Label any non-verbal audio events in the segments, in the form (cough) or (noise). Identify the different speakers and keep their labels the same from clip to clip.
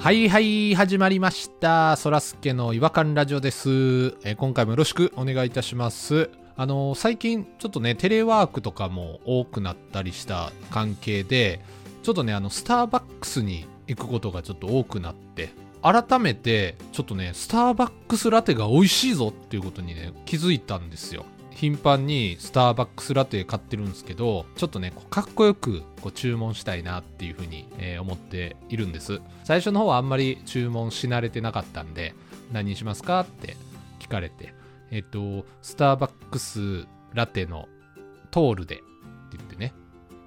Speaker 1: はいはい、始まりました。そらすけの違和感ラジオです、えー今回もよろしくお願いいたします。あのー最近、ちょっとね、テレワークとかも多くなったりした関係で、ちょっとね、あの、スターバックスに行くことがちょっと多くなって、改めて、ちょっとね、スターバックスラテが美味しいぞっていうことにね、気づいたんですよ。頻繁にスターバックスラテ買ってるんですけど、ちょっとね、こうかっこよくこう注文したいなっていうふうに、えー思っているんです。最初の方はあんまり注文し慣れてなかったんで、何にしますかって聞かれて、えっ、と、スターバックスラテのトールでって言ってね。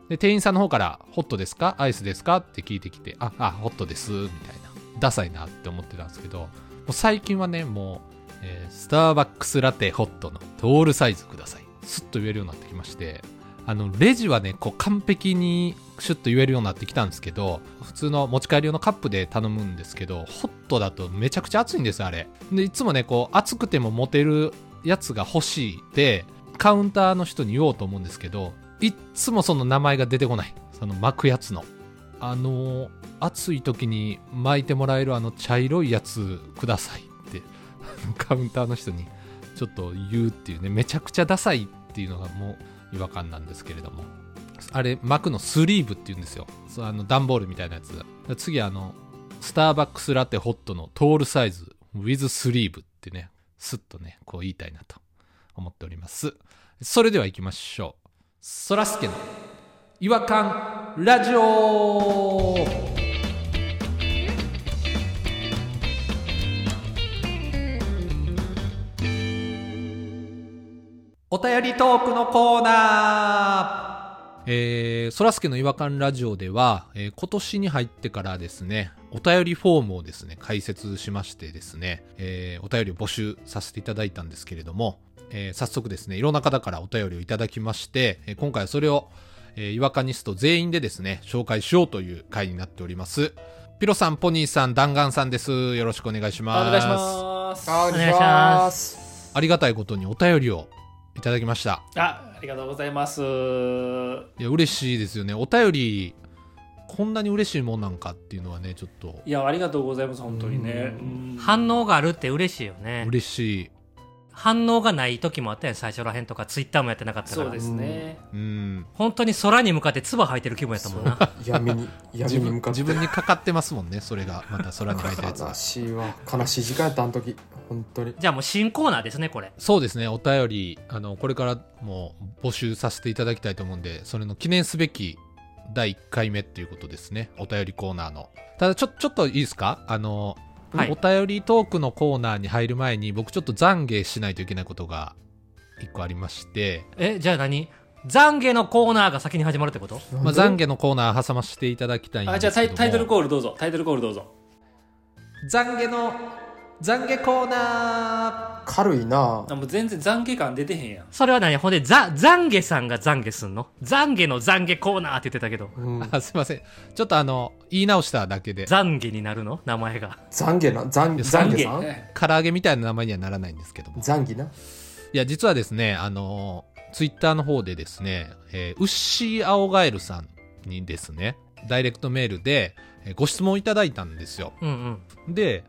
Speaker 1: で、店員さんの方から、ホットですかアイスですかって聞いてきて、あ、あ、ホットです、みたいな。ダサいなって思ってたんですけど、もう最近はね、もう、えースターバックスラテホットのトールサイズください。スッと言えるようになってきまして、あの、レジはね、こう完璧にシュッと言えるようになってきたんですけど、普通の持ち帰り用のカップで頼むんですけど、ホットだとめちゃくちゃ熱いんですよ、あれ。で、いつもね、こう、熱くても持てるやつが欲しいって、カウンターの人に言おうと思うんですけど、いっつもその名前が出てこない。その巻くやつの。あの、暑い時に巻いてもらえるあの茶色いやつくださいって、 (laughs) あのカウンターの人にちょっと言うっていうね、めちゃくちゃダサいっていうのがもう違和感なんですけれども。あれ、巻くのスリーブって言うんですよ。そうあの、段ボールみたいなやつ。だから次あの、スターバックスラテホットのトールサイズ、with スリーブってね、スッとね、こう言いたいなと思っております。それでは行きましょう。そらすけの違和感ラジオお便りトークのコーナーえー、そらすけの違和感ラジオでは、えー今年に入ってからですね、お便りフォームをですね、解説しましてですね、えーお便りを募集させていただいたんですけれども、えー早速ですね、いろんな方からお便りをいただきまして、えー今回はそれを、えー違和感ニスト全員でですね、紹介しようという回になっております。ピロさん、ポニーさん、弾丸さんです。よろしくお願いします。
Speaker 2: お願いします。
Speaker 3: お願いします。
Speaker 1: ありがたいことにお便りをいただきました。
Speaker 2: あ、ありがとうございます。
Speaker 1: いや、嬉しいですよね。お便り、こんなに嬉しいもんなんかっていうのはね、ちょっと
Speaker 2: いや、ありがとうございます。本当にね。うん
Speaker 3: 反応があるって嬉しいよね。
Speaker 1: 嬉しい。
Speaker 3: 反応がない時もあったやん、最初らへんとか、ツイッターもやってなかったから。
Speaker 2: そうですね。
Speaker 1: うん。
Speaker 3: 本当に空に向かって唾吐いてる気分やったもんな。
Speaker 4: 闇に
Speaker 1: (laughs)
Speaker 4: 闇
Speaker 1: 自
Speaker 4: に
Speaker 1: 分
Speaker 4: 向かって
Speaker 1: 自分にかかってますもんね、それが。また空に書いたやつ
Speaker 4: 悲
Speaker 1: が。
Speaker 4: しいわ悲しい時間やったあの時本当に
Speaker 3: (laughs) じゃあもう新コーナーですね、これ。
Speaker 1: そうですね、お便り、あの、これからも募集させていただきたいと思うんで、それの記念すべき第1回目っていうことですね。お便りコーナーの。ただ、ちょ、ちょっといいですかあの、
Speaker 3: はい
Speaker 1: お便りトークのコーナーに入る前に、僕ちょっと懺悔しないといけないことが1個ありまして、
Speaker 3: え、じゃあ何懺悔のコーナーが先に始まるってこと
Speaker 1: まあ、懺悔のコーナー挟ませていただきたいんです
Speaker 2: あ、
Speaker 1: け
Speaker 2: じゃ
Speaker 1: ど
Speaker 2: あタイタイトルコールどうぞ。タイトルコールどうぞ。
Speaker 1: 懺悔の懺悔コーナ
Speaker 4: 軽いな
Speaker 2: あもう全然懺悔感出てへんやん。
Speaker 3: それは何ほんで、ざ、懺悔さんが懺悔すんの懺悔の懺悔コーナーって言ってたけど。
Speaker 4: うん
Speaker 1: ーあすいませんちょっとあの言い直しただけで
Speaker 3: 懺悔になるの名前が。
Speaker 4: 懺悔
Speaker 1: や
Speaker 4: な懺懺
Speaker 2: 懺
Speaker 4: 悔さん
Speaker 2: 悔
Speaker 1: 唐揚げみたいな名前にはならないんですけども
Speaker 4: 懺悔ない
Speaker 1: や実はですねあのツイッターの方でですね、えーウッシーアオガエルさんにですねダイレクトメールでえーご質問いただいたんですよ
Speaker 3: うんうん。
Speaker 1: で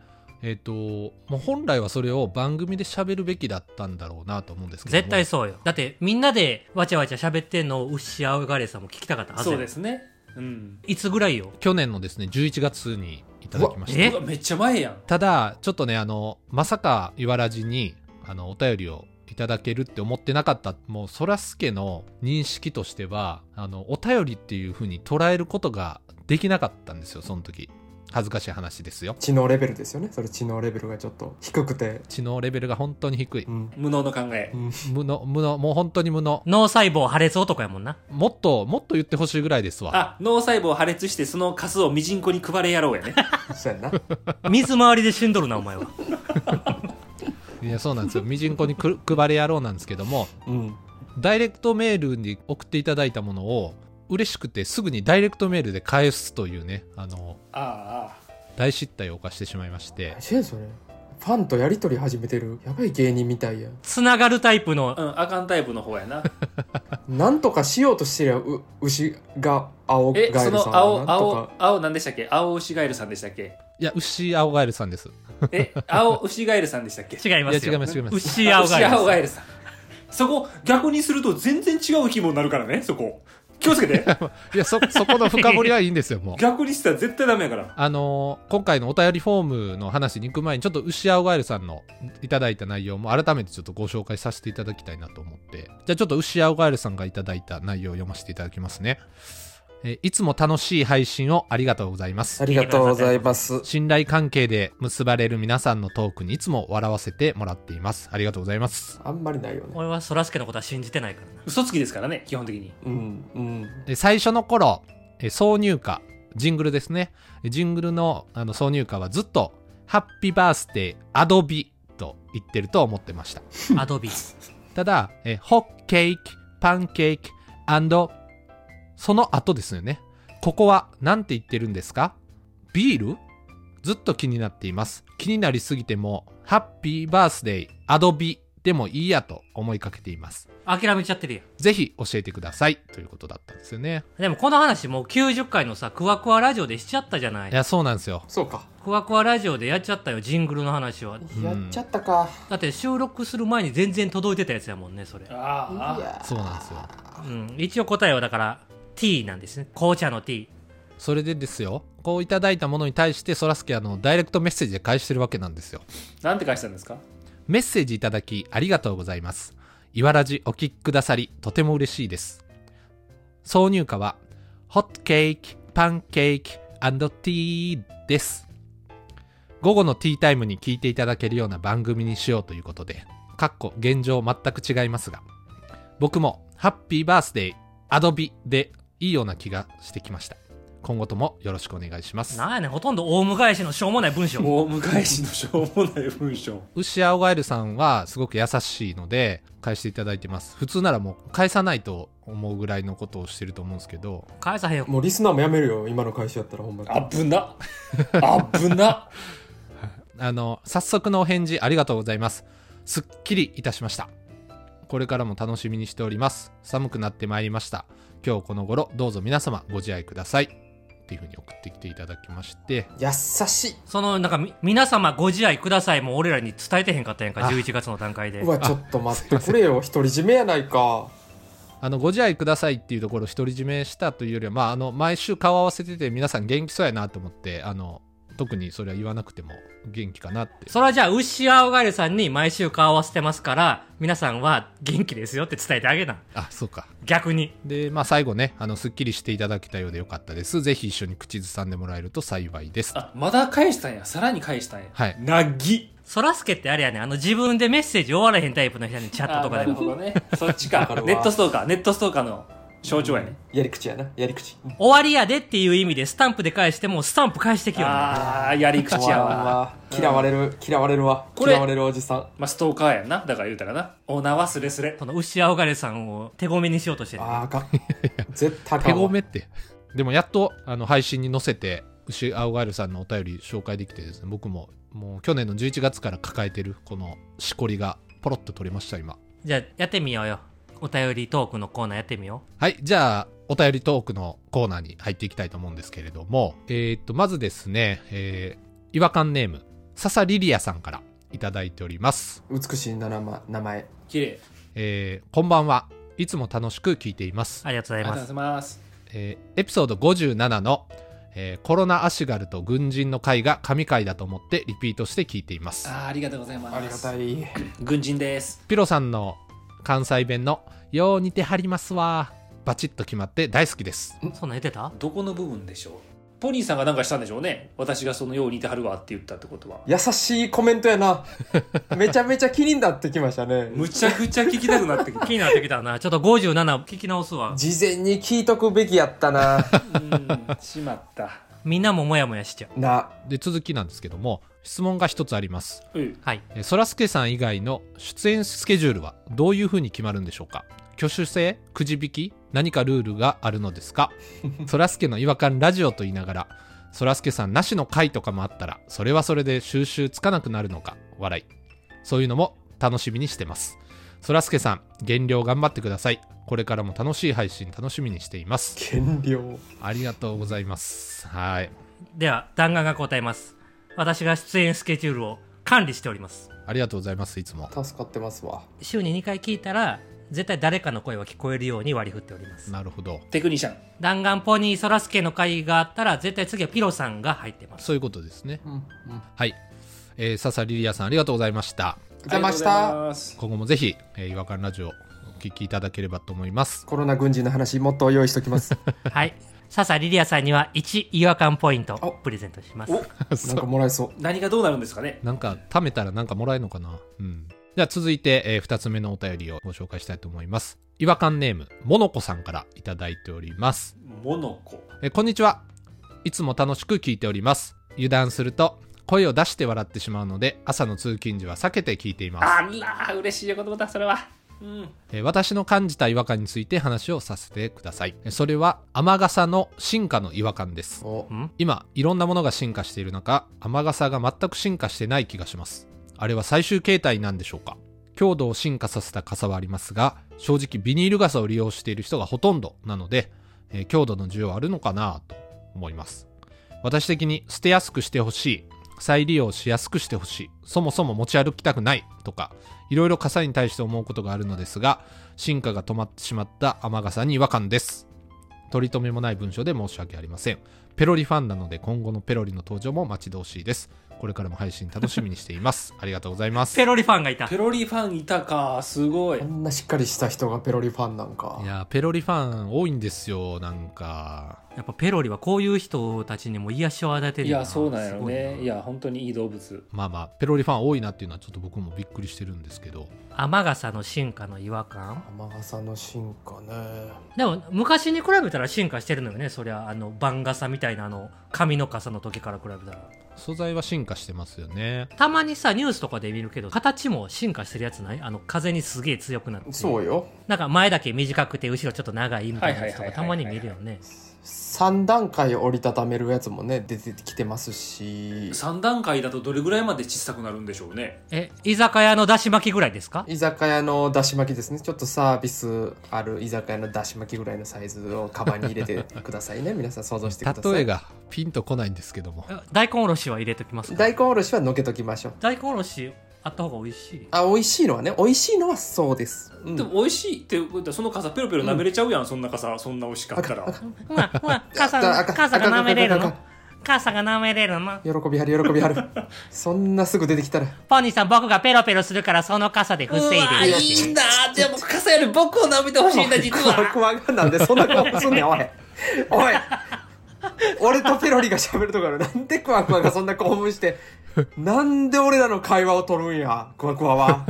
Speaker 1: えっ、ともう本来はそれを番組で喋るべきだったんだろうなと思うんですけども
Speaker 3: 絶対そうよ。だって、みんなでわちゃわちゃ喋ってんのを、ウッシーアオガレさんも聞きたかったはず。
Speaker 2: そうですすね。うん。
Speaker 3: いつぐらいよ
Speaker 1: 去年のですね11月にいただきました
Speaker 3: え
Speaker 2: うわめっちゃ前やん。
Speaker 1: ただちょっとねあのまさかいわらじにあのお便りをいただけるって思ってなかったもうそらすけの認識としてはあのお便りっていう風に捉えることができなかったんですよその時恥ずかしい話ですよ
Speaker 4: 知能レベルですよねそれ知能レベルがちょっと低くて
Speaker 1: 知能レベルが本当に低い
Speaker 4: うん
Speaker 2: 無能の考え
Speaker 4: う。ん
Speaker 1: 無能無能もう本当に無能
Speaker 3: 脳細胞破裂男やもんな。
Speaker 1: もっともっと言ってほしいぐらいですわ
Speaker 2: あ、脳細胞破裂してそのカスをミジンコに配れやろうやね。
Speaker 4: そうやな
Speaker 3: 水回りで死んどるな、お前は。
Speaker 1: いやそうなんですよみじんこにく配れ野郎なんですけども
Speaker 4: うん
Speaker 1: ダイレクトメールに送っていただいたものを嬉しくてすぐにダイレクトメールで返すというねあの
Speaker 2: ああ、あ
Speaker 1: 大失態を犯してしまいまして
Speaker 4: 大変それファンとやり取り始めてるやばい芸人みたいや
Speaker 3: つながるタイプの
Speaker 2: あ。うん、あかんタイプの方やな。
Speaker 4: なんとかしようとしてりゃう牛が青ガエ
Speaker 2: え、
Speaker 4: ルさ
Speaker 2: そ
Speaker 4: んは
Speaker 2: の青、
Speaker 4: なんと
Speaker 2: 青
Speaker 4: か、
Speaker 2: 青なんでしたっけ青牛ガエルさんでしたっけ
Speaker 1: いや、牛青ガエルさんです。
Speaker 2: え、青、牛ガエルさんでしたっけ
Speaker 3: 違いますよ。
Speaker 1: いや違います違います
Speaker 3: 牛青が
Speaker 2: あ牛青ガエ
Speaker 3: ル
Speaker 2: ルさん。そこ、逆にすると全然違う規模になるからね、そこ。気をつけ (laughs) て。
Speaker 1: いや、そ、 (laughs) そこの深掘りはいいんですよ、
Speaker 2: (laughs)
Speaker 1: もう。
Speaker 2: 逆にしたら絶対ダメやから。
Speaker 1: あのー今回のお便りフォームの話に行く前に、ちょっと牛青ガエルさんのいただいた内容も改めてちょっとご紹介させていただきたいなと思って、じゃあちょっと牛青ガエルさんがいただいた内容を読ませていただきますね。えーいつも楽しい配信をありがとうございます
Speaker 4: あ。りがとうございます。
Speaker 1: 信頼関係で結ばれる皆さんのトークにいつも笑わせてもらっています。ありがとうございます。
Speaker 4: あんまりないよね。
Speaker 3: 俺はそらすけのことは信じてないからな。
Speaker 2: 嘘つきですからね、基本的に。
Speaker 4: うん、うん。
Speaker 1: で最初の頃、えー挿入歌、ジングルですね。えージングルのあの挿入歌はずっと、ハッピーバースデーアドビと言ってると思ってました。
Speaker 3: アドビ。
Speaker 1: ただ、えーホットケーキ、パンケーキ、アンド、その後ですよね。ここは何て言ってるんですかビールずっと気になっています。気になりすぎても、ハッピーバースデーアドビでもいいやと思いかけています。
Speaker 3: 諦めちゃってるやん。
Speaker 1: ぜひ教えてくださいということだったんですよね。
Speaker 3: でもこの話もう90回のさ、クワクワラジオでしちゃったじゃない
Speaker 1: い。や、そうなんですよ。
Speaker 4: そうか。
Speaker 3: クワクワラジオでやっちゃったよ、ジングルの話は。
Speaker 1: ん
Speaker 4: やっちゃったか。
Speaker 3: だって収録する前に全然届いてたやつやもんね、それ。
Speaker 4: い
Speaker 2: あ
Speaker 4: や
Speaker 1: そうなんですよ。
Speaker 3: うん。一応答えはだから、T なんですね。紅茶の T。
Speaker 1: それでですよ、こういただいたものに対して、そらすけ、あの、ダイレクトメッセージで返してるわけなんですよ。
Speaker 2: あ。なんて返したんですか
Speaker 1: メッセージいただき、ありがとうございます。いわらじお聞きくださり、とても嬉しいです。挿入歌は、ホットケーキ、パンケーキ、アンドティーです。午後のティータイムに聞いていただけるような番組にしようということで、かっこ現状全く違いますが、僕も、ハッピーバースデー、アドビでいいような気がしてきました。今後ともよろしくお願いします。
Speaker 3: なんやねん、ほとんどオウム返しのしょうもない文章。
Speaker 2: もう、向井氏のしょうもない文章。
Speaker 1: 牛青ガエルさんはすごく優しいので返していただいてます普通ならもう返さないと思うぐらいのことをしてると思うんですけど
Speaker 3: 返さへんよ。
Speaker 4: もうリスナーもやめるよ、今の会社やったらほんまに。
Speaker 2: あぶな。あぶな。
Speaker 1: あの早速のお返事ありがとうございますすっきりいたしましたこれからも楽しみにしております寒くなってまいりました今日この頃どうぞ皆様ご自愛くださいっていうふうに送ってきていただきまして
Speaker 4: 優しい。
Speaker 3: その、なんかみ、皆様ご自愛くださいも俺らに伝えてへんかったやんか、
Speaker 1: あ
Speaker 3: 11月の段階で
Speaker 4: う。わ、ちょっと待ってくれよ。独り占めやないか。
Speaker 1: あのご自愛くださいっていうところを独り占めしたというよりは、まあ、あの毎週顔合わせてて皆さん元気そうやなと思ってあの特にそれは言わなくても元気かなって
Speaker 3: それはじゃあ、ウッシーアオガエルさんに毎週顔合わせてますから、皆さんは元気ですよって伝えてあげな。
Speaker 1: あそうか
Speaker 3: 逆に。
Speaker 1: でまあ最後ねあのすっきりしていただけたようでよかったですぜひ一緒に口ずさんでもらえると幸いです
Speaker 2: あ、まだ返したんや。さらに返したんや。
Speaker 1: はい
Speaker 2: なぎ。
Speaker 3: そらすけってあれやねん、あの自分でメッセージ終わらへんタイプの人やねん、チャットとかで
Speaker 2: あなる
Speaker 3: も。
Speaker 2: ほどね。そっちか
Speaker 4: かる。わ
Speaker 2: ネットストーカー。ネットストーカーの象徴やね。
Speaker 4: やり口やな、やり口。
Speaker 3: 終わりやでっていう意味でスタンプで返しても、スタンプ返してきよ、ね。
Speaker 2: ああ、やり口やわ。
Speaker 4: 嫌われる、嫌われるわ。
Speaker 2: これ
Speaker 4: 嫌われるおじさん。
Speaker 2: まあ、ストーカーやんな。だから言うたらな。お縄すれすれ。
Speaker 3: そのウッシーアオガエルさんを手ごめにしようとしてる。
Speaker 4: ああ (laughs) かん。絶対あか
Speaker 1: 手
Speaker 4: んわ
Speaker 1: ごめってでもやっとあの配信に載せて牛青ガエルさんのお便り紹介できてですね僕ももう去年の11月から抱えてるこのしこりがポロッと取れました今
Speaker 3: じゃあ、やってみようよ。お便りトークのコーナーやってみよ
Speaker 1: はい、じゃあ、お便りトークのコーナーに入っていきたいと思うんですけれども、えーっと、まずですね、えー、違和感ネーム、笹リリアさんからいただいております。
Speaker 4: 美しいな名前名前。
Speaker 2: 綺麗。
Speaker 1: えー、こんばんは。いつも楽しく聞いています
Speaker 3: う。。ありがとう
Speaker 2: あ
Speaker 3: ご
Speaker 2: り
Speaker 3: ざ
Speaker 2: が
Speaker 3: い
Speaker 2: とう
Speaker 3: ま
Speaker 2: ござ
Speaker 3: す。
Speaker 2: います。
Speaker 1: えーエピソード57の、えーコロナアシガルと軍人の会が神会だと思ってリピートして聞いています。
Speaker 2: あーありがとうございます。
Speaker 4: ありがたい。
Speaker 2: 軍人です。
Speaker 1: ピロさんの関西弁の、よう似てはりますわ。バチッと決まって大好きです。
Speaker 3: そんなん言ってた
Speaker 2: どこの部分でしょうポニーさんが何かしたんでしょうね。私がそのように似てはるわって言ったってことは。
Speaker 4: 優しいコメントや (laughs) な。めちゃめちゃ気になってきましたね。
Speaker 2: むちゃくちゃ聞きたくなってきた。
Speaker 3: 気になってきたな。ちょっと57聞き直すわ。
Speaker 4: 事前に聞いとくべきやったな。 (laughs)
Speaker 2: うん、しまった。
Speaker 3: みんなもモヤモヤしちゃう。
Speaker 4: な、
Speaker 1: で、続きなんですけども、質問が一つあります。
Speaker 2: うん
Speaker 3: はい。
Speaker 1: えーそらすけさん以外の出演スケジュールはどういうふうに決まるんでしょうか挙手制くじ引き何かルールがあるのですかそらすけの違和感ラジオと言いながらそらすけさんなしの回とかもあったらそれはそれで収集つかなくなるのか笑いそういうのも楽しみにしてますそらすけさん減量頑張ってくださいこれからも楽しい配信楽しみにしています
Speaker 4: 減量。
Speaker 1: ありがとうございますはい
Speaker 3: では、弾丸が答えます。私が出演スケジュールを管理しております。
Speaker 1: ありがとうございますいつも
Speaker 4: 助かってますわ
Speaker 3: 週に2回聞いたら、絶対誰かの声は聞こえるように割り振っております。
Speaker 1: なるほど
Speaker 2: テクニシャン
Speaker 3: 弾丸ポニーそらすけの会があったら、絶対次はピロさんが入ってます。
Speaker 1: そういうことですね
Speaker 4: うんうん
Speaker 1: はい、えー、笹リリアさんありがとうございました
Speaker 4: お邪魔した
Speaker 1: 今後もぜひ、えー、違和感ラジオお聞きいただければと思います
Speaker 4: コロナ軍人の話もっと用意しときます
Speaker 3: はい。笹リリアさんには1違和感ポイント
Speaker 4: お
Speaker 3: プレゼントします。
Speaker 2: お
Speaker 4: (laughs) なんかもらえ (laughs) そう
Speaker 2: 何がどうなるんですかね
Speaker 1: (laughs) なんか貯めたらなんかもらえるのかなうんじゃあ続いて、え2つ目のお便りをご紹介したいと思います違和感ネームモノコさんからいただいております
Speaker 2: モノコ
Speaker 1: えーこんにちはいつも楽しく聞いております油断すると声を出して笑ってしまうので朝の通勤時は避けて聞いています、
Speaker 2: あら嬉しい言葉だそれはうん
Speaker 1: えー私の感じた違和感について話をさせてくださいえーそれは雨傘の進化の違和感です
Speaker 4: お
Speaker 3: ん
Speaker 1: 今いろんなものが進化している中雨傘が全く進化してない気がしますあれは最終形態なんでしょうか強度を進化させた傘はありますが正直ビニール傘を利用している人がほとんどなので、えー強度の需要はあるのかなと思います私的に捨てやすくしてほしい再利用しやすくしてほしいそもそも持ち歩きたくないとかいろいろ傘に対して思うことがあるのですが進化が止まってしまった雨傘に違和感です取り留めもない文章で申し訳ありませんペロリファンなので今後のペロリの登場も待ち遠しいですこれからも配信楽しみにしていますありがとうございます
Speaker 3: ペロリファンがいた
Speaker 2: ペ。ロリファンいたかすごい
Speaker 4: こんなしっかりした人がペロリファンなんか
Speaker 1: いやーペロリファン多いんですよなんか
Speaker 3: やっぱペロリはこういう人たちにも癒しを与えてる
Speaker 2: い
Speaker 3: よな
Speaker 2: やそうなんやろ
Speaker 3: すご
Speaker 2: ね
Speaker 3: ない
Speaker 2: や本当にいい動物
Speaker 1: まあまあペロリファン多いなっていうのはちょっと僕もびっくりしてるんですけど
Speaker 3: 雨傘の進化の違和感
Speaker 4: 天笠の進化ね
Speaker 3: でも昔に比べたら進化してるのよねそりゃあの番傘みたいなあの紙の傘の時から比べたら
Speaker 1: 素材は進化してますよね
Speaker 3: たまにさニュースとかで見るけど形も進化してるやつないあの風にすげえ強くなって
Speaker 4: そうよ
Speaker 3: なんか前だけ短くて後ろちょっと長いみたいなやつと
Speaker 2: は
Speaker 3: か
Speaker 2: いはいはいはい
Speaker 3: たまに見るよね
Speaker 4: 3段階折りたためるやつもね出てきてますし
Speaker 2: 3段階だとどれぐらいまで小さくなるんでしょうね
Speaker 3: え居酒屋のだし巻きぐらいですか
Speaker 4: 居酒屋のだし巻きですねちょっとサービスある居酒屋のだし巻きぐらいのサイズをカバンに入れてく
Speaker 1: (laughs)
Speaker 4: ださいね皆さん想像してください
Speaker 1: 例えがピンとこないんですけども
Speaker 3: え大根おろしは入れときますか
Speaker 4: 大根おろしはのけときましょう
Speaker 3: 大根おろしあった方が美味しい
Speaker 4: あ美味しいのはね美味しいのはそうです、うん
Speaker 2: でも美味しいってことはその傘ペロペロ舐めれちゃうやん、そんな傘そんな美味しかったら
Speaker 3: ほらほら傘
Speaker 4: ああ
Speaker 3: が
Speaker 4: かん
Speaker 3: 傘が舐めれる
Speaker 4: あかんあ
Speaker 3: の
Speaker 4: かん
Speaker 3: 傘が舐めれるの
Speaker 4: 喜びはる喜び
Speaker 1: (laughs)
Speaker 4: はるそんなすぐ出てきたら
Speaker 3: ポニーさん僕がペロペロするからその傘で防いで
Speaker 2: うわ
Speaker 3: る
Speaker 2: いいなぁでも傘より僕を舐めてほしいんだ実
Speaker 4: 怖い
Speaker 2: は
Speaker 4: 怖がんなんでそんな顔すんね (laughs) んおいおい俺とペロリが喋るところなんでクワクワがそんな興奮してなんで俺らの会話を取るんやクワクワは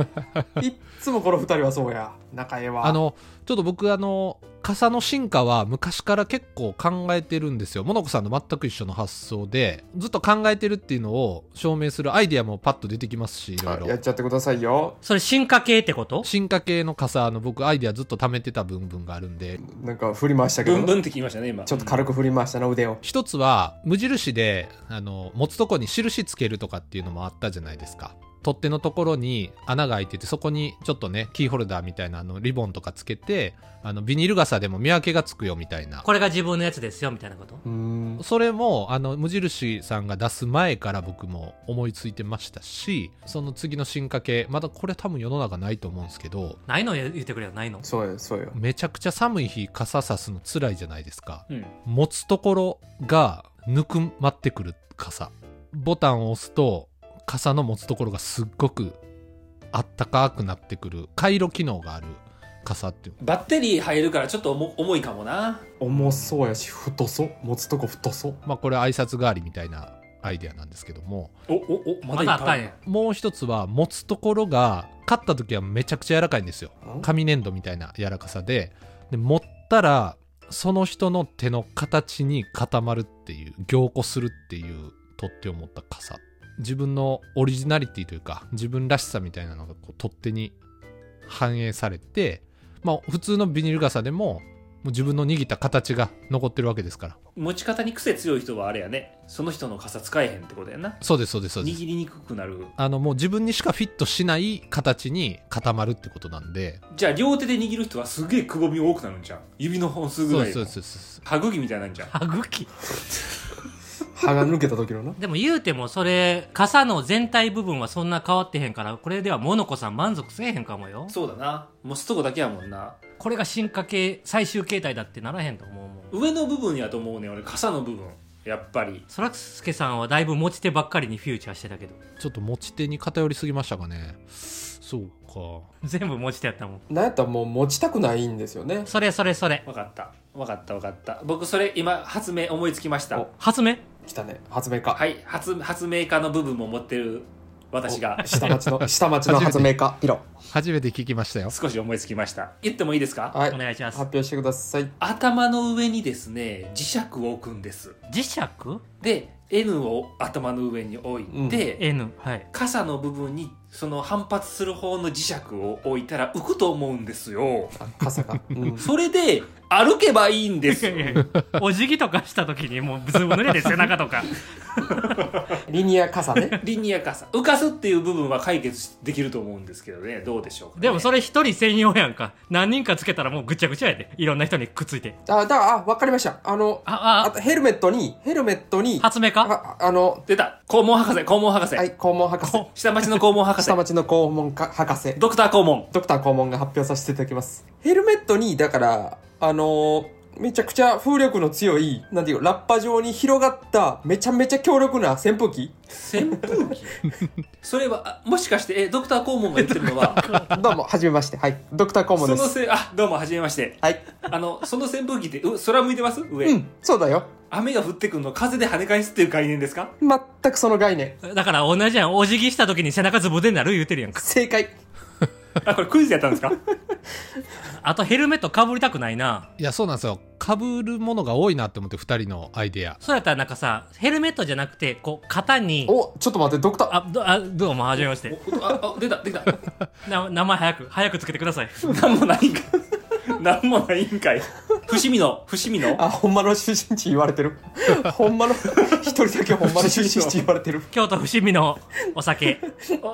Speaker 4: いっつもこの二人はそうや仲ええわ
Speaker 1: あのちょっと僕あの傘の進化は昔から結構考えてるんですよものこさんと全く一緒の発想でずっと考えてるっていうのを証明するアイディアもパッと出てきますしいろい
Speaker 4: や
Speaker 1: ろ
Speaker 4: っちゃってくださいよ
Speaker 3: それ進化系ってこと
Speaker 1: 進化系の傘あの僕アイディアずっと貯めてた部分があるんで
Speaker 4: なんか振り回したけ
Speaker 2: ブ
Speaker 4: ど
Speaker 2: ンブンって聞きましたね今
Speaker 4: ちょっと軽く振り回したな腕を
Speaker 1: 一つは無印であの持つとこに印つけるとかっていうのもあったじゃないですか取っ手のところに穴が開いててそこにちょっとねキーホルダーみたいなあのリボンとかつけてあのビニール傘でも見分けがつくよみたいな
Speaker 3: これが自分のやつですよみたいなこと
Speaker 4: うーん
Speaker 1: それもあの無印さんが出す前から僕も思いついてましたしその次の進化系まだこれ多分世の中ないと思うんですけど
Speaker 3: ないの言ってくれよないの
Speaker 4: そうよそうよ
Speaker 1: めちゃくちゃ寒い日傘さすの辛いじゃないですか
Speaker 2: うん
Speaker 1: 持つところがぬくまってくる傘ボタンを押すと傘の持つところがすっごくあったかくなってくる回路機能がある傘っていう
Speaker 2: バッテリー入るからちょっと重重いかもな
Speaker 4: 重そうやし太そう持つとこ太そう
Speaker 1: まあこれ挨拶代わりみたいなアイデアなんですけども
Speaker 2: おおおまだ
Speaker 3: ま
Speaker 2: いっぱ
Speaker 3: だ
Speaker 2: い
Speaker 3: あったんや
Speaker 1: もう一つは持つところが買った時はめちゃくちゃ柔らかいんですよ
Speaker 4: ん
Speaker 1: 紙粘土みたいな柔らかさでで持ったらその人の手の形に固まるっていう凝固するっていう取っ手を持った傘自分のオリジナリティというか自分らしさみたいなのがこう取っ手に反映されてまあ普通のビニール傘でももう自分の握った形が残ってるわけですから
Speaker 2: 持ち方に癖強い人はあれやねその人の傘使えへんってことやな
Speaker 1: そうですそうですそうです
Speaker 2: 握りにくくなる
Speaker 1: あのもう自分にしかフィットしない形に固まるってことなんで
Speaker 2: じゃあ両手で握る人はすげえくぼみ多くなるんじゃん指の本数ぐ
Speaker 1: そう
Speaker 2: ら
Speaker 1: で
Speaker 2: い
Speaker 1: すそう
Speaker 2: の
Speaker 1: ですそうです
Speaker 2: 歯茎みたいなんじゃん
Speaker 3: 歯茎
Speaker 4: 歯が抜けた時のな。
Speaker 3: でも言うてもそれ傘の全体部分はそんな変わってへんからこれではモノコさん満足せえへんかもよ
Speaker 2: そうだな持つとこだけやもんな
Speaker 3: これが進化系最終形態だってならへんと思うもん
Speaker 2: 上の部分やと思うね俺傘の部分やっぱり
Speaker 3: そらすけさんはだいぶ持ち手ばっかりにフューチャーしてたけど
Speaker 1: ちょっと持ち手に偏りすぎましたかねそうか
Speaker 3: 全部持ち手やったもん
Speaker 4: なんやったらもう持ちたくないんですよね。
Speaker 3: それそれそれ
Speaker 2: わかったわかったわかった僕それ今発明思いつきました
Speaker 4: お
Speaker 3: 発明
Speaker 4: 来たね。発明家。
Speaker 2: はい発発明家の部分も持ってる私が
Speaker 4: 下町 (laughs) の、下町の発明家、ピロ。
Speaker 1: 初めて聞きましたよ
Speaker 2: (laughs) 少し思いつきました言ってもいいですか
Speaker 4: はい。
Speaker 3: お願いします
Speaker 4: 発表してください。
Speaker 2: 頭の上にですね磁石を置くんです
Speaker 3: 磁石
Speaker 2: で N を頭の上に置いて、
Speaker 3: ?N はい
Speaker 2: 傘の部分にその反発する方の磁石を置いたら浮くと思うんですよ
Speaker 4: あ、傘 (laughs) が。うん。
Speaker 2: それで歩けばいいん
Speaker 4: (laughs)
Speaker 2: ですよ
Speaker 3: お辞儀とかした時にもうずぶ濡れて背中
Speaker 2: (laughs)
Speaker 3: とか
Speaker 4: リニア傘ね。
Speaker 2: リニア傘浮かすっていう部分は解決できると思うんですけどねどうでしょうかね、
Speaker 3: でもそれ一人専用やんか何人かつけたらもうぐちゃぐちゃやでいろんな人にくっついて
Speaker 4: あ、だから、あ、わかりました。あの、あ
Speaker 3: あ
Speaker 4: とヘルメットに、ヘルメットに
Speaker 3: あ、発明か
Speaker 4: ああの、
Speaker 2: 出た肛門博士肛門博士、
Speaker 4: はい、肛門博士。
Speaker 2: 下町の肛門博士
Speaker 4: 下町の肛門か博士。
Speaker 2: ドクター肛門
Speaker 4: ドクター肛門が発表させていただきます。ヘルメットに、だから、あのーめちゃくちゃ風力の強い、なんていうかラッパ状に広がった、めちゃめちゃ強力な扇風機。
Speaker 2: 扇風機それはあもしかしてえドクター肛門が言ってるのは
Speaker 4: (laughs) どうも、はじめまして。はい。ドクター (laughs)
Speaker 2: そ
Speaker 4: 肛門で
Speaker 2: の
Speaker 4: す。
Speaker 2: せあどうもはじめまして
Speaker 4: はい。
Speaker 2: あのその扇風機ってう空向いてます上、
Speaker 4: うん、そうだよ。
Speaker 2: 雨が降ってくるのを風で跳ね返すっていう概念ですか
Speaker 4: 全くその概念。
Speaker 3: だから同じやんお辞儀した時に背中ずぶでなる言うてるやんか
Speaker 4: 正解。
Speaker 2: (laughs) あこれクイズやったんですか
Speaker 3: (laughs) あとヘルメットかぶりたくないない
Speaker 1: やそうなんですよかぶるものが多いなって思って2人のアイデア
Speaker 3: そうやったらなんかさヘルメットじゃなくてこう肩に
Speaker 4: お、ちょっと待って、ドクター。
Speaker 3: あどあどうもはじめまして
Speaker 2: おああ出た出 (laughs) た
Speaker 3: な名前早く早くつけてください
Speaker 2: なんもないんかいなんもないんかい伏見の伏見の
Speaker 4: あ、ほんまの出身地言われて (laughs) る。ほんまの、一人だけほんまの出身地言われて (laughs) る。
Speaker 3: (laughs) 京都伏見のお酒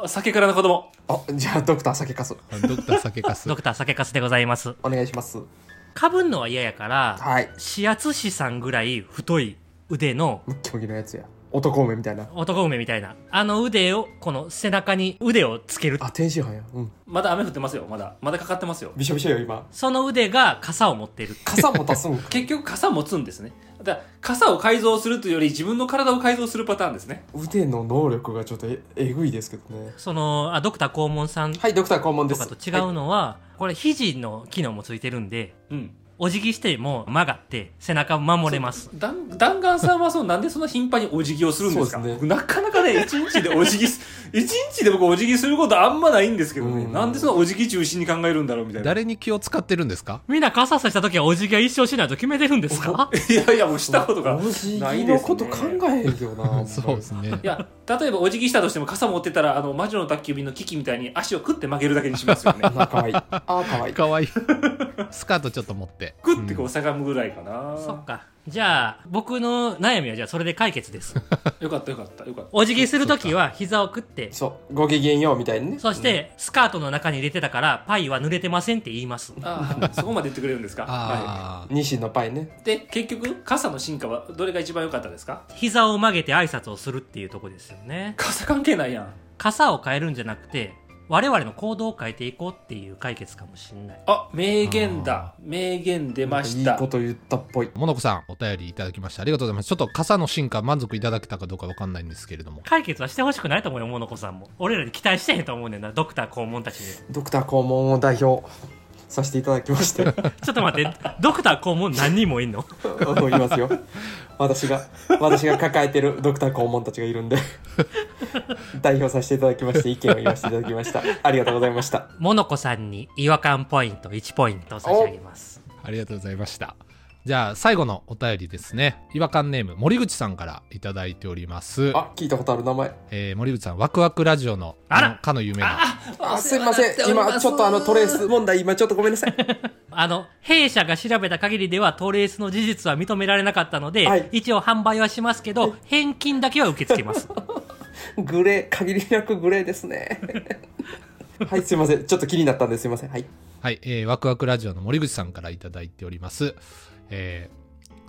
Speaker 2: あ酒からの子供
Speaker 4: あ、じゃあ、ドクター酒かす。
Speaker 1: ドクター酒かす
Speaker 3: ドクター酒かすでございます
Speaker 4: お願いします。
Speaker 3: かぶんのは嫌やから、
Speaker 4: はい。
Speaker 3: 指圧師さんぐらい太い腕の
Speaker 4: ムッキムキのやつや。男梅みたいな。
Speaker 3: 男梅みたいなあの腕をこの背中に腕をつける
Speaker 4: あ、天津飯や。うん。
Speaker 2: まだ雨降ってますよまだまだかかってますよ
Speaker 4: びしょびしょよ、今。
Speaker 3: その腕が傘を持っている
Speaker 4: 傘も (laughs) 足すんか。
Speaker 2: 結局傘持つんですねだから傘を改造するというより自分の体を改造するパターンですね
Speaker 4: 腕の能力がちょっとええぐいですけどね。
Speaker 3: そのあドクター肛門さん
Speaker 4: はい、ドクター肛門で
Speaker 3: と
Speaker 4: す。
Speaker 3: かと違うのは、これ肘の機能もついてるんで
Speaker 2: うん
Speaker 3: お辞儀しても曲がって背中を守れます
Speaker 2: 弾弾丸さんはそうなんでそんな頻繁にお辞儀をするんですか
Speaker 4: そうですね
Speaker 2: 僕なかなかね一日でお辞儀す一日で僕お辞儀することあんまないんですけどね、
Speaker 4: うん
Speaker 2: なんでそのお辞儀中心に考えるんだろうみたい
Speaker 1: (laughs)
Speaker 2: な
Speaker 1: 誰に気を使ってるんですか
Speaker 3: みんな傘さした時はお辞儀は一生しないと決めてるんですか
Speaker 2: いやいやもうしたことが
Speaker 4: お辞
Speaker 2: な
Speaker 4: 儀
Speaker 2: いで
Speaker 4: の
Speaker 2: す、ね、
Speaker 4: こと考えへんけどな。
Speaker 1: そうですね
Speaker 2: いや例えばお辞儀したとしても傘持ってたらあの魔女の宅急便のキキみたいに足をクッて曲げるだけにしますよね
Speaker 4: あ、かわいい。あ、かわいい。
Speaker 1: かわいいスカートちょっと持って
Speaker 2: クッてこう下がむぐらいかな、
Speaker 3: そっかじゃあ僕の悩みはじゃあそれで解決です
Speaker 2: よかったよかったよかった
Speaker 3: お辞儀する時は膝をくって
Speaker 4: そう、ご機嫌ようみたいにね。
Speaker 3: そして、スカートの中に入れてたから、パイは濡れてませんって言います。
Speaker 2: ああそこまで言ってくれるんですかは
Speaker 1: あ
Speaker 4: ニシンのパイね。
Speaker 2: い、で結局傘の進化はどれが一番良かったですか
Speaker 3: 膝を曲げて挨拶をするっていうとこですよね。
Speaker 2: 傘関係ないやん
Speaker 3: 傘を変えるんじゃなくて、我々の行動を変えていこうっていう解決かもしれない。
Speaker 2: あ名言だ名言出ました
Speaker 4: いいこと言ったっぽい。
Speaker 1: あモノコさんお便りいただきましてありがとうございますちょっと傘の進化満足いただけたかどうかわかんないんですけれども
Speaker 3: 解決はしてほしくないと思うよ、モノコさんも。俺らに期待してへんと思うねんな、ドクター肛門たちに。
Speaker 4: ドクター肛門を代表させていただきまして。 (laughs)
Speaker 3: ちょっと待って、 (laughs) ドクター肛門何人もいんの
Speaker 4: うんいますよ。私が、私が抱えてるドクター肛門たちがいるん (laughs) で。代表させていただきまして、意見を言わせていただきました。ありがとうございました。
Speaker 3: モノコさんに違和感ポイント1ポイント差し上げます。
Speaker 1: ありがとうございましたじゃあ最後のお便りですね違和感ネーム森口さんからいただいております、
Speaker 4: あ、聞いたことある名前。
Speaker 1: えー森口さんワクワクラジオの
Speaker 3: あら
Speaker 1: のかの夢の
Speaker 4: あすいません。今、ちょっとあのトレース問題、今ちょっとごめんなさい。
Speaker 3: あの、弊社が調べた限りではトレースの事実は認められなかったので、
Speaker 4: はい
Speaker 3: 一応販売はしますけど、返金だけは受け付け (laughs) ます。
Speaker 4: グレー、限りなくグレーですね。 (laughs) はい、すいません。ちょっと気になったんですいません。はい。
Speaker 1: はい、えー、ワクワクラジオの森口さんからいただいております。え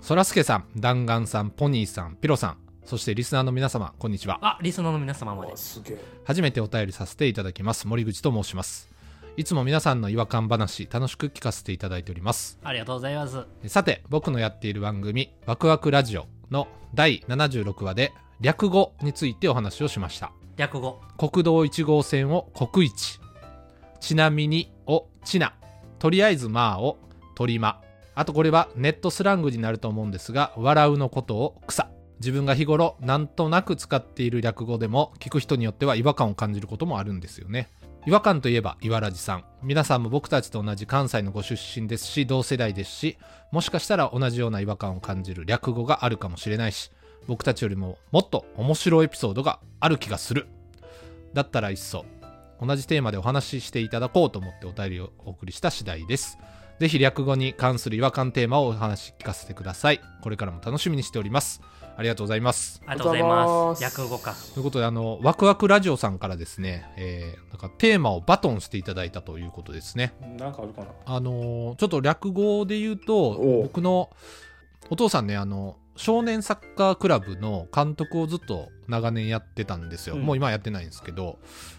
Speaker 1: ー、そらすけさん、弾丸さん、ポニーさん、ピロさん、そしてリスナーの皆様こんにちは
Speaker 3: あリスナーの皆様まで
Speaker 4: あすげえ
Speaker 1: 初めてお便りさせていただきます森口と申しますいつも皆さんの違和感話楽しく聞かせていただいております
Speaker 3: ありがとうございます
Speaker 1: さて僕のやっている番組「ワクワクラジオ」の第76話で略語についてお話をしました
Speaker 3: 略語
Speaker 1: 国道1号線を国一ちなみにをちなとりあえずまあをとりまあとこれはネットスラングになると思うんですが笑うのことを草自分が日頃なんとなく使っている略語でも聞く人によっては違和感を感じることもあるんですよね違和感といえば岩良寺さん皆さんも僕たちと同じ関西のご出身ですし同世代ですしもしかしたら同じような違和感を感じる略語があるかもしれないし僕たちよりももっと面白いエピソードがある気がするだったらいっそ同じテーマでお話ししていただこうと思ってお便りをお送りした次第ですぜひ略語に関する違和感テーマをお話し聞かせてくださいこれからも楽しみにしておりますありがとうございます
Speaker 3: ありがとうございます略語か
Speaker 1: ということであのワクワクラジオさんからですね、えーなんかテーマをバトンしていただいたということですね
Speaker 2: なんかあるかな
Speaker 1: あのーちょっと略語で言うと
Speaker 4: おう
Speaker 1: 僕のお父さんねあの少年サッカークラブの監督をずっと長年やってたんですよ、
Speaker 2: うん
Speaker 1: もう今はやってないんですけど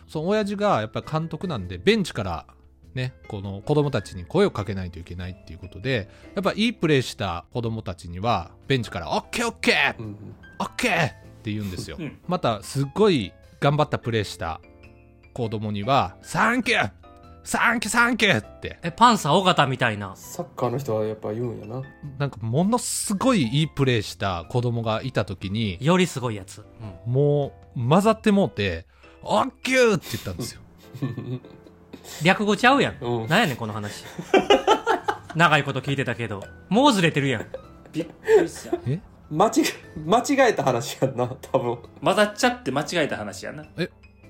Speaker 1: その親父がやっぱり監督なんでベンチからねこの子供たちに声をかけないといけないっていうことでやっぱいいプレーした子供たちにはベンチから「オッケーオッケー
Speaker 4: うん
Speaker 1: オッケー!」って言うんですよ、
Speaker 2: うん
Speaker 1: またすっごい頑張ったプレーした子供には「サンキューサンキューサンキュー!」って
Speaker 3: えパンサー尾形みたいな
Speaker 4: サッカーの人はやっぱ言うんやな
Speaker 1: なんかものすごいいいプレーした子供がいた時に
Speaker 3: よりすごいやつ、うん
Speaker 1: もう混ざってもうて「オッケー!」って言ったんですよ (laughs)
Speaker 3: 略語ちゃうやん、
Speaker 4: うん
Speaker 3: なんやねんこの話長いこと聞いてたけどもうずれてるやん
Speaker 2: びっくりした
Speaker 1: え
Speaker 4: 間違間違えた話やんな多分
Speaker 2: 混ざっちゃって間違えた話やな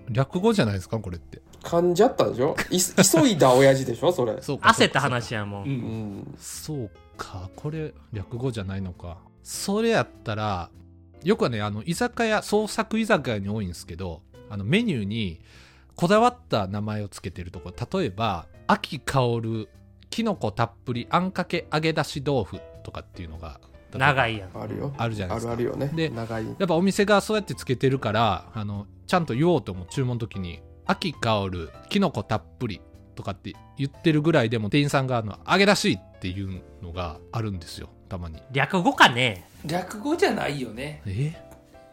Speaker 1: 略語じゃないですかこれって
Speaker 4: 噛んじゃったでしょい急いだ親父でしょそれ
Speaker 1: そうか
Speaker 3: 焦った話やもん、
Speaker 2: う
Speaker 4: うんん
Speaker 1: そうかこれ略語じゃないのかそれやったらよくはねあの居酒屋創作居酒屋に多いんですけどあのメニューにこだわった名前をつけてるとこ例えば「秋香るきのこたっぷりあんかけ揚げだし豆腐」とかっていうのが
Speaker 3: 長
Speaker 1: い
Speaker 3: いやん
Speaker 4: あるよ
Speaker 1: あるじゃない
Speaker 4: あ
Speaker 1: です
Speaker 4: る
Speaker 1: か
Speaker 4: あるよね
Speaker 1: で
Speaker 4: 長い
Speaker 1: やっぱお店がそうやってつけてるからあのちゃんと言おうとも注文の時に「秋香るきのこたっぷり」とかって言ってるぐらいでも店員さんがあの「揚げだし」っていうのがあるんですよたまに。
Speaker 3: 略語かね
Speaker 2: 略語じゃないよね
Speaker 1: え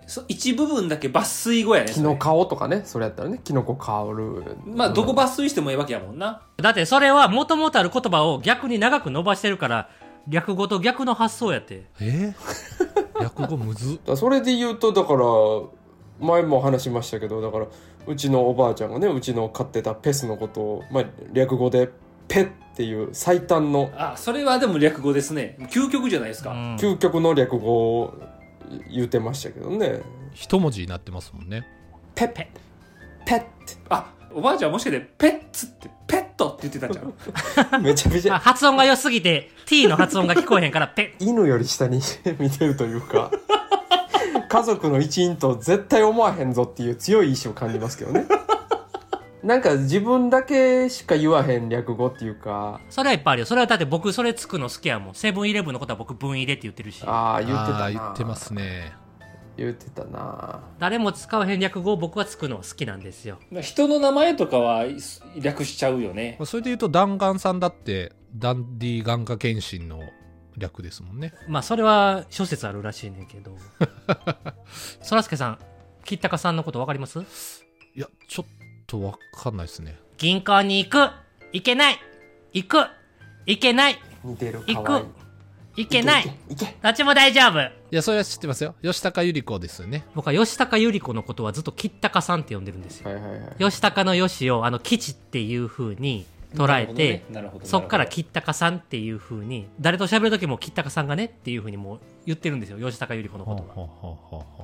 Speaker 2: そ一部分だけ抜粋語やね
Speaker 4: キノカオとかねそれやったらねキノコ香る
Speaker 2: それまあどこ抜粋してもええわけやもんな
Speaker 3: だってそれはもともとある言葉を逆に長く伸ばしてるから略語と逆の発想やって
Speaker 1: (laughs) え略語むずっ
Speaker 4: だからそれで言うとだから前も話しましたけどだからうちのおばあちゃんがねうちの飼ってたペスのことを、まあ、略語で「ペ」っていう最短の
Speaker 2: あそれはでも略語ですね究極じゃないですか、
Speaker 3: うん
Speaker 4: 究極の略語を言うてましたけどね
Speaker 1: 一文字になってますもんね
Speaker 4: 「ペペ」「ペ」っ
Speaker 2: あおばあちゃんもしかしてペッツってペットって言ってたんちゃう
Speaker 4: てめちゃめち
Speaker 3: あ
Speaker 4: ゃ
Speaker 3: 発音が良すぎて t の発音が聞こえへんからペ
Speaker 4: 犬より下に (laughs) 見てるというか。家族の一員と絶対思わへんぞっていう強い意志を感じますけどねなんか自分だけしか言わへん略語っていうか
Speaker 3: ッそれはいっぱいあるよそれはだって僕それつくの好きやもんセブンイレブンのことは僕分入れって言ってるし
Speaker 4: ああ言ってたな
Speaker 1: あー言ってますね
Speaker 4: 言ってたな
Speaker 3: 誰も使わへん略語を僕はつくのは好きなんですよ
Speaker 2: (laughs) 人の名前とかはい略しちゃうよね
Speaker 1: まあそれで言うと弾丸さんだってダンディ眼科検診の略ですもんね
Speaker 3: まあそれは諸説あるらしいねんけ
Speaker 2: (laughs)
Speaker 3: どそらすけさん吉高さんのこと分かります
Speaker 1: いやちょっとわかんないですね
Speaker 3: 銀行に行く行けない行く行けない
Speaker 4: 似てる
Speaker 3: 行
Speaker 4: かわい
Speaker 3: く
Speaker 4: い
Speaker 3: 行けない
Speaker 4: いけ
Speaker 3: どっちも大丈夫
Speaker 1: いやそれは知ってますよ吉高由里子ですよね
Speaker 3: 僕は吉高由里子のことはずっと吉高さんって呼んでるんですよ
Speaker 4: はいはいはい
Speaker 3: 吉高の吉をあの吉っていう風に捉えて、
Speaker 2: なるほどねなるほど
Speaker 3: そっから
Speaker 2: なる
Speaker 3: 吉高さんっていう風に誰と喋る時も吉高さんがねっていう風にもう言ってるんですよ吉高由里子のこ
Speaker 1: ほう
Speaker 3: と
Speaker 1: ほう
Speaker 3: は、
Speaker 1: ほうほうほ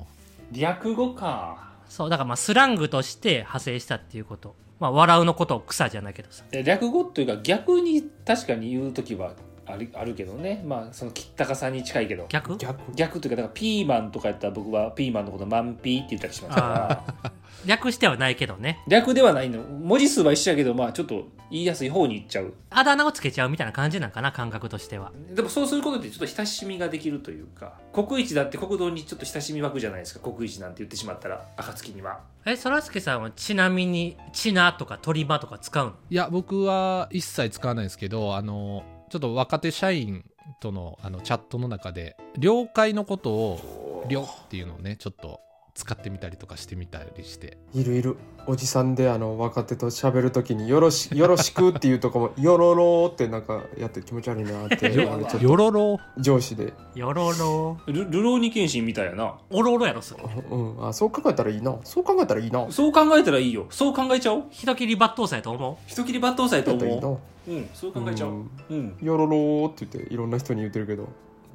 Speaker 1: う
Speaker 2: ほど略語か
Speaker 3: そうだからまあスラングとして派生したっていうことまあ笑うのことを草じゃないけどさ
Speaker 2: 略語というか逆に確かに言う時はあるあるけどねまあその切ったかさに近いけど
Speaker 3: 逆
Speaker 4: 逆
Speaker 2: 逆というかだからピーマンとかやったら僕はピーマンのことマンピーって言ったりしますから
Speaker 3: (laughs) 略してはないけどね
Speaker 2: 略ではないの文字数は一緒やけどまあちょっと言いやすい方にいっちゃう
Speaker 3: あだ名をつけちゃうみたいな感じなんかな感覚としては
Speaker 2: でもそうすることでちょっと親しみができるというか国一だって国道にちょっと親しみ湧くじゃないですか国一なんて言ってしまったら暁には
Speaker 3: えそらすけさんはちなみに「ちな」とか「とりま」とか使うの
Speaker 1: いや僕は一切使わないんですけどあのちょっと若手社員とのあのチャットの中で了解のことを「了」っていうのをねちょっと使ってみたりとかしてみたりして
Speaker 4: いるいるおじさんであの若手と喋るときによ
Speaker 1: (laughs)
Speaker 4: ろし「よろしく」っていうとこも「よろろ」ってなんかやって気持ち悪い
Speaker 1: (laughs)
Speaker 4: なって
Speaker 2: よ
Speaker 4: あのちょっ
Speaker 1: よろろ
Speaker 4: と上司で、
Speaker 3: よろろ
Speaker 2: ルルローニケンシンみたいやな
Speaker 3: おろろやろそれ
Speaker 4: うん、あそう考えたらいいなそう考えたらいいなだっ
Speaker 2: そう考えたらいいよそう考えちゃおう
Speaker 3: 人切り抜刀斎と思
Speaker 2: 人切り抜刀斎と
Speaker 4: たらいい
Speaker 2: 思
Speaker 4: な
Speaker 2: ううんそう考えちゃおううん
Speaker 4: んよろろーって言っていろんな人に言ってるけど、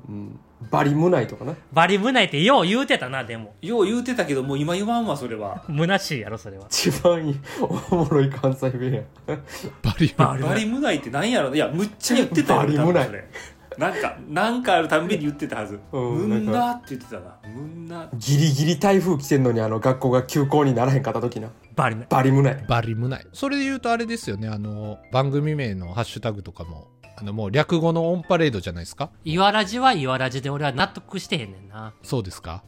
Speaker 4: うん、バリムナイとかな
Speaker 3: うバリ胸ってよう言うてたなでも
Speaker 2: よう言うてたけどもう今言わんわそれは
Speaker 3: 虚しいやろそれは
Speaker 4: 一番いいおもろい関西弁や
Speaker 1: バリ
Speaker 3: バリ
Speaker 2: バリムナイってなんやろないやむっちゃ言ってたよ
Speaker 4: (laughs) バリムナ
Speaker 2: 多
Speaker 4: イ
Speaker 2: 分それなんかなんかあるたんびに言ってたはず「
Speaker 4: (laughs) うん
Speaker 2: むん
Speaker 4: なん
Speaker 2: な」って言ってたな「むんな」
Speaker 4: ギリギリ台風来てんのにあの学校が休校にならへんかった時な
Speaker 3: バリ胸
Speaker 4: バリムナイ
Speaker 1: バリムないそれで言うとあれですよねあの番組名のハッシュタグとかもあのもう略語のオンパレードじゃないですか
Speaker 3: いわらじはいわらじで俺は納得してへんねんな
Speaker 1: そうですか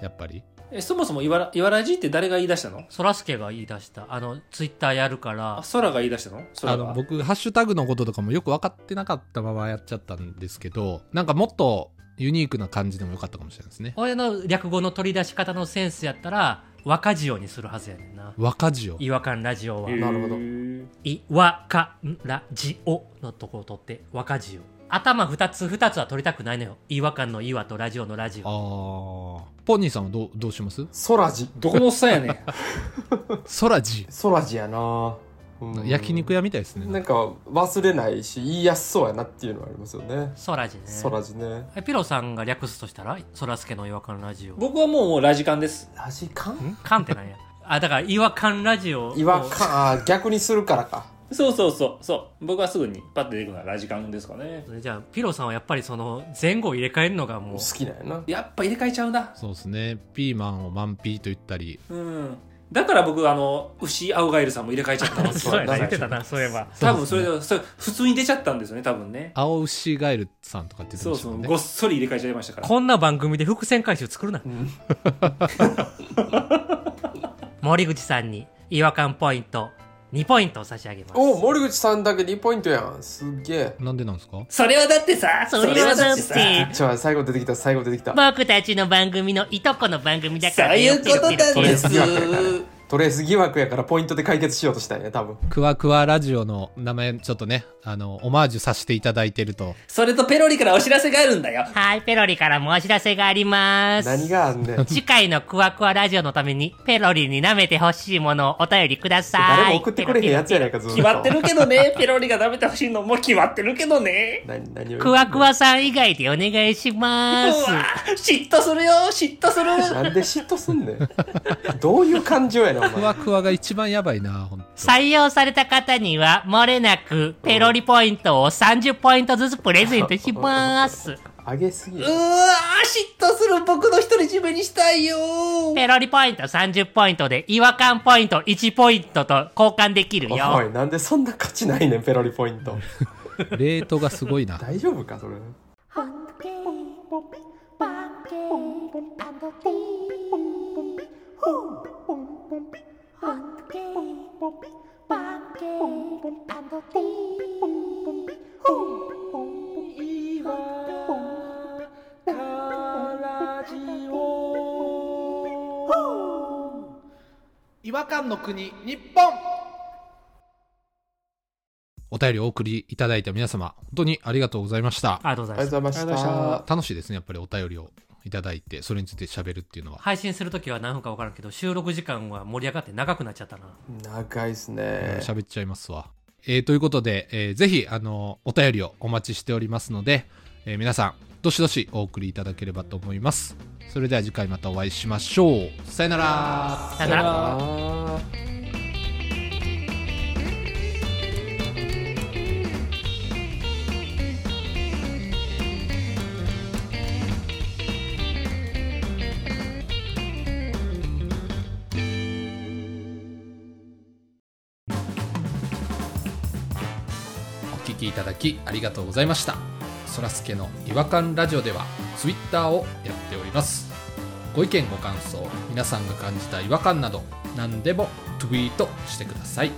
Speaker 1: やっぱり
Speaker 2: えそもそもいわらいわらじって誰が言い出したの
Speaker 3: そらすけが言い出したあのツイッターやるから
Speaker 2: あ空が言い出したの空
Speaker 1: あ
Speaker 2: が
Speaker 1: の僕ハッシュタグのこととかもよく分かってなかったままやっちゃったんですけどなんかもっとユニークな感じでもよかったかもしれないですね
Speaker 3: 俺の略語の取り出し方のセンスやったら若ジオにするはずやねんな
Speaker 1: 若字を
Speaker 3: 違和感ラジオは
Speaker 2: へー
Speaker 4: なるほど
Speaker 3: いわかんらじおのとこを取って若ジオ頭二つ二つは取りたくないのよ違和感のいわとラジオのラジ
Speaker 1: あ
Speaker 3: オ
Speaker 1: ーポニーさんはどうどうします
Speaker 4: ソラジ
Speaker 2: どこのおっさん
Speaker 4: (laughs)
Speaker 2: やねん
Speaker 1: 空字
Speaker 4: ソラジやな、うん
Speaker 1: 焼肉屋みたいです
Speaker 4: な
Speaker 1: ね
Speaker 4: んか忘れないし言いやすそうやなっていうのはありますよね
Speaker 3: ソラジね
Speaker 4: ソラジね
Speaker 3: えピロさんが略すとしたらそらすけの違和感ラジオ
Speaker 2: 僕はもうもうラジカンです
Speaker 4: ラジカン
Speaker 3: カンって
Speaker 4: (laughs)
Speaker 3: なんやあだから違和感ラジオ
Speaker 4: 違和感あ逆にするからか
Speaker 2: そうそうそうそう僕はすぐにパッて出てくるのはラジカンですかね
Speaker 3: じゃあピロさんはやっぱりその前後を入れ替えるのがも
Speaker 4: 好
Speaker 3: う
Speaker 4: きなんやな
Speaker 2: やっぱ入れ替えちゃうな
Speaker 1: そうですねピーマンをマンピーと言ったり
Speaker 2: うんだから僕あの牛青ガエルさんも入れ替えちゃったんです
Speaker 4: (laughs) そうやな言ってた
Speaker 3: なそういえば
Speaker 2: 多分それでそれ普通に出ちゃったんですよね多分ね
Speaker 1: 青牛ガエルさんとかって言ってま
Speaker 2: そう
Speaker 1: した
Speaker 2: そ
Speaker 1: もん
Speaker 2: う
Speaker 1: ね
Speaker 2: ごっそり入れ替えちゃいましたから
Speaker 3: こんな番組で伏線回収作るな
Speaker 4: うん
Speaker 3: (laughs) 森口さんに違和感ポイント2ポイントを差し上げます
Speaker 4: お森口さんだけ2ポイントやんすっげえ
Speaker 1: なんでなんですか
Speaker 2: それはだってさ
Speaker 3: それはだって
Speaker 2: さ
Speaker 4: ちょ最後出てきた最後出てきた
Speaker 3: 僕たちの番組のいとこの番組だから
Speaker 4: とです
Speaker 2: そういう
Speaker 4: トレース疑惑やからポイントで解決しようとしたんや多分
Speaker 1: クワクワラジオの名前ちょっとねあのオマージュさせていただいてると
Speaker 2: それとペロリからお知らせがあるんだよ
Speaker 3: はいペロリからもお知らせがあります
Speaker 4: 何があんねん
Speaker 3: 次回のクワクワラジオのためにペロリに舐めてほしいものをお便りください
Speaker 4: 誰も送ってくれへんやつやないかずっと
Speaker 2: 決まってるけどねペロリが食べてほしいのも決まってるけどね
Speaker 4: 何何を
Speaker 3: クワクワさん以外でお願いし
Speaker 2: う
Speaker 3: ま
Speaker 2: わ
Speaker 3: す
Speaker 2: 嫉妬するよ嫉妬する
Speaker 4: なんで嫉妬すんねんどういう感情やねんお
Speaker 1: ク
Speaker 4: 前
Speaker 1: ワクワが一番やばいなほんと
Speaker 3: 採用された方には漏れなくペロリポイントを30ポイントずつプレゼントします
Speaker 4: あげすぎ
Speaker 2: う
Speaker 4: や
Speaker 2: わ嫉妬する僕の独り占めにしたいよ
Speaker 3: ペロリポイント30ポイントで違和感ポイント1ポイントと交換できる
Speaker 4: お
Speaker 3: よ
Speaker 4: いなんでそんな価値ないねんペロリポイント
Speaker 1: レートがすごい
Speaker 2: (laughs)
Speaker 1: な
Speaker 4: 大丈夫かそれ
Speaker 5: Hungry,
Speaker 6: 違和感の国日本
Speaker 1: お便りお送りいただいた皆様本当にありがとうございました
Speaker 3: ありがとうご
Speaker 4: あ
Speaker 3: ざい
Speaker 4: り
Speaker 3: ま
Speaker 4: が
Speaker 3: す
Speaker 4: とうございました
Speaker 1: 楽しいですねやっぱりお便りをいただいてそれについて喋るっていうのは
Speaker 3: 配信するときは何分か分からんけど収録時間は盛り上がって長くなっちゃったな
Speaker 4: 長いっすね
Speaker 1: 喋っちゃいますわ、えーということで、えーぜひあのお便りをお待ちしておりますので、えー皆さんどしどしお送りいただければと思いますそれでは次回またお会いしましょうさよなら
Speaker 3: さよなら
Speaker 4: あー
Speaker 7: 「
Speaker 1: 聞きいただきありがとうございましたそらすけの違和感ラジオではツイッターをやっておりますご意見ご感想皆さんが感じた違和感など何でもツイートしてください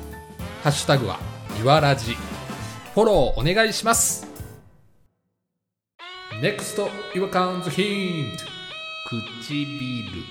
Speaker 1: ハッシュタグはいわらじフォローお願いします NEXT 違和感ズヒント唇